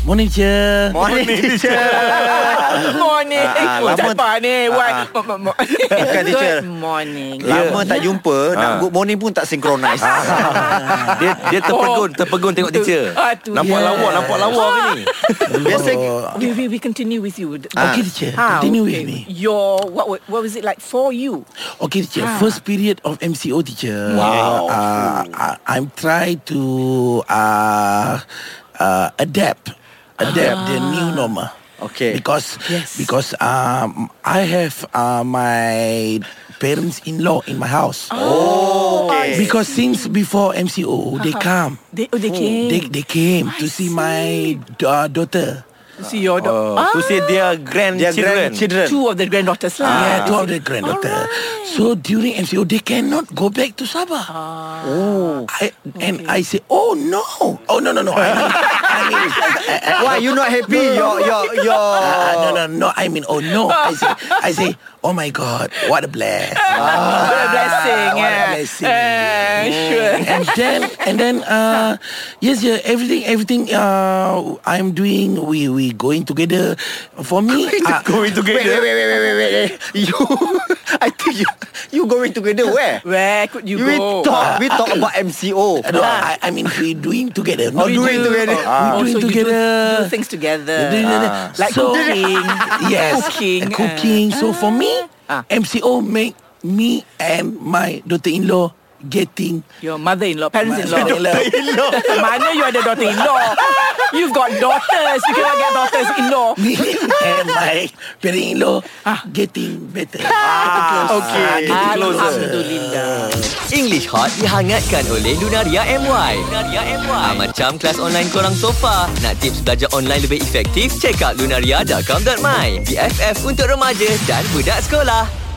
Morning, teacher. Morning teacher Morning. Ah, ah, Oh, lama- Siapa ni? Wan. ah. Mo- mo- mo- Bukan, teacher. Good morning. Lama tak jumpa Nak good morning pun tak synchronize Ha. Dia dia terpegun, Oh. terpegun tengok teacher. Ah, tu Nampak dia. lawa, nampak lawa ke ni? Oh. Biasa Ah. We, we, we continue with you. Ah. Okay, teacher. Ah, Continue with okay. me. Your what, wa- what was it like for you? Okay, teacher. Ha. First period of MCO, teacher. Wow. Uh, I, I'm try to uh, uh, adapt, adapt the new normal. Okay. Because Ah. Yes. because um, I have uh, my parents-in-law in my house. Oh, I see. Because since before MCO, they come. they, oh, they came They, they came I to see, see. my uh, daughter. to see your dog. Oh. To say their Dia grandchildren. grandchildren Two of the granddaughters lah. Yeah, two of the granddaughter. Ah. Alright. So during MCO, they cannot go back to Sabah. Oh. I, and I say, oh no, oh no no no. I mean, I mean, Why you not happy Your your your uh, no no no. I mean, oh no. I say, I say, oh my God, what a bless. What a blessing. what a yeah. blessing. Eh, sure. and then and then uh yes yeah, everything everything uh I'm doing we we going together for me uh, Going Wait wait together. wait wait wait, wait, wait, wait. You I think you You going together where Where could you, You we go? talk We talk about MCO Uh, no, I, I mean we doing together Oh, We doing do- together. we Ah. Oh, doing so you do, together do things together. Doing together. Like So- cooking. yes Cooking, uh, cooking so for me Ah. MCO make me and my daughter-in-law getting Your mother-in-law, parents-in-law. daughter-in-law daughter-in-law. Mana you ada daughter-in-law? You've got daughters. You cannot get daughters-in-law. me and my parents-in-law Ah. getting better Okay Ah, Alhamdulillah. English Hot dihangatkan oleh Lunaria MY. Lunaria MY. Ah, macam kelas online korang sofa. Nak tips belajar online lebih efektif? Check out lunaria.com.my. BFF untuk remaja dan budak sekolah.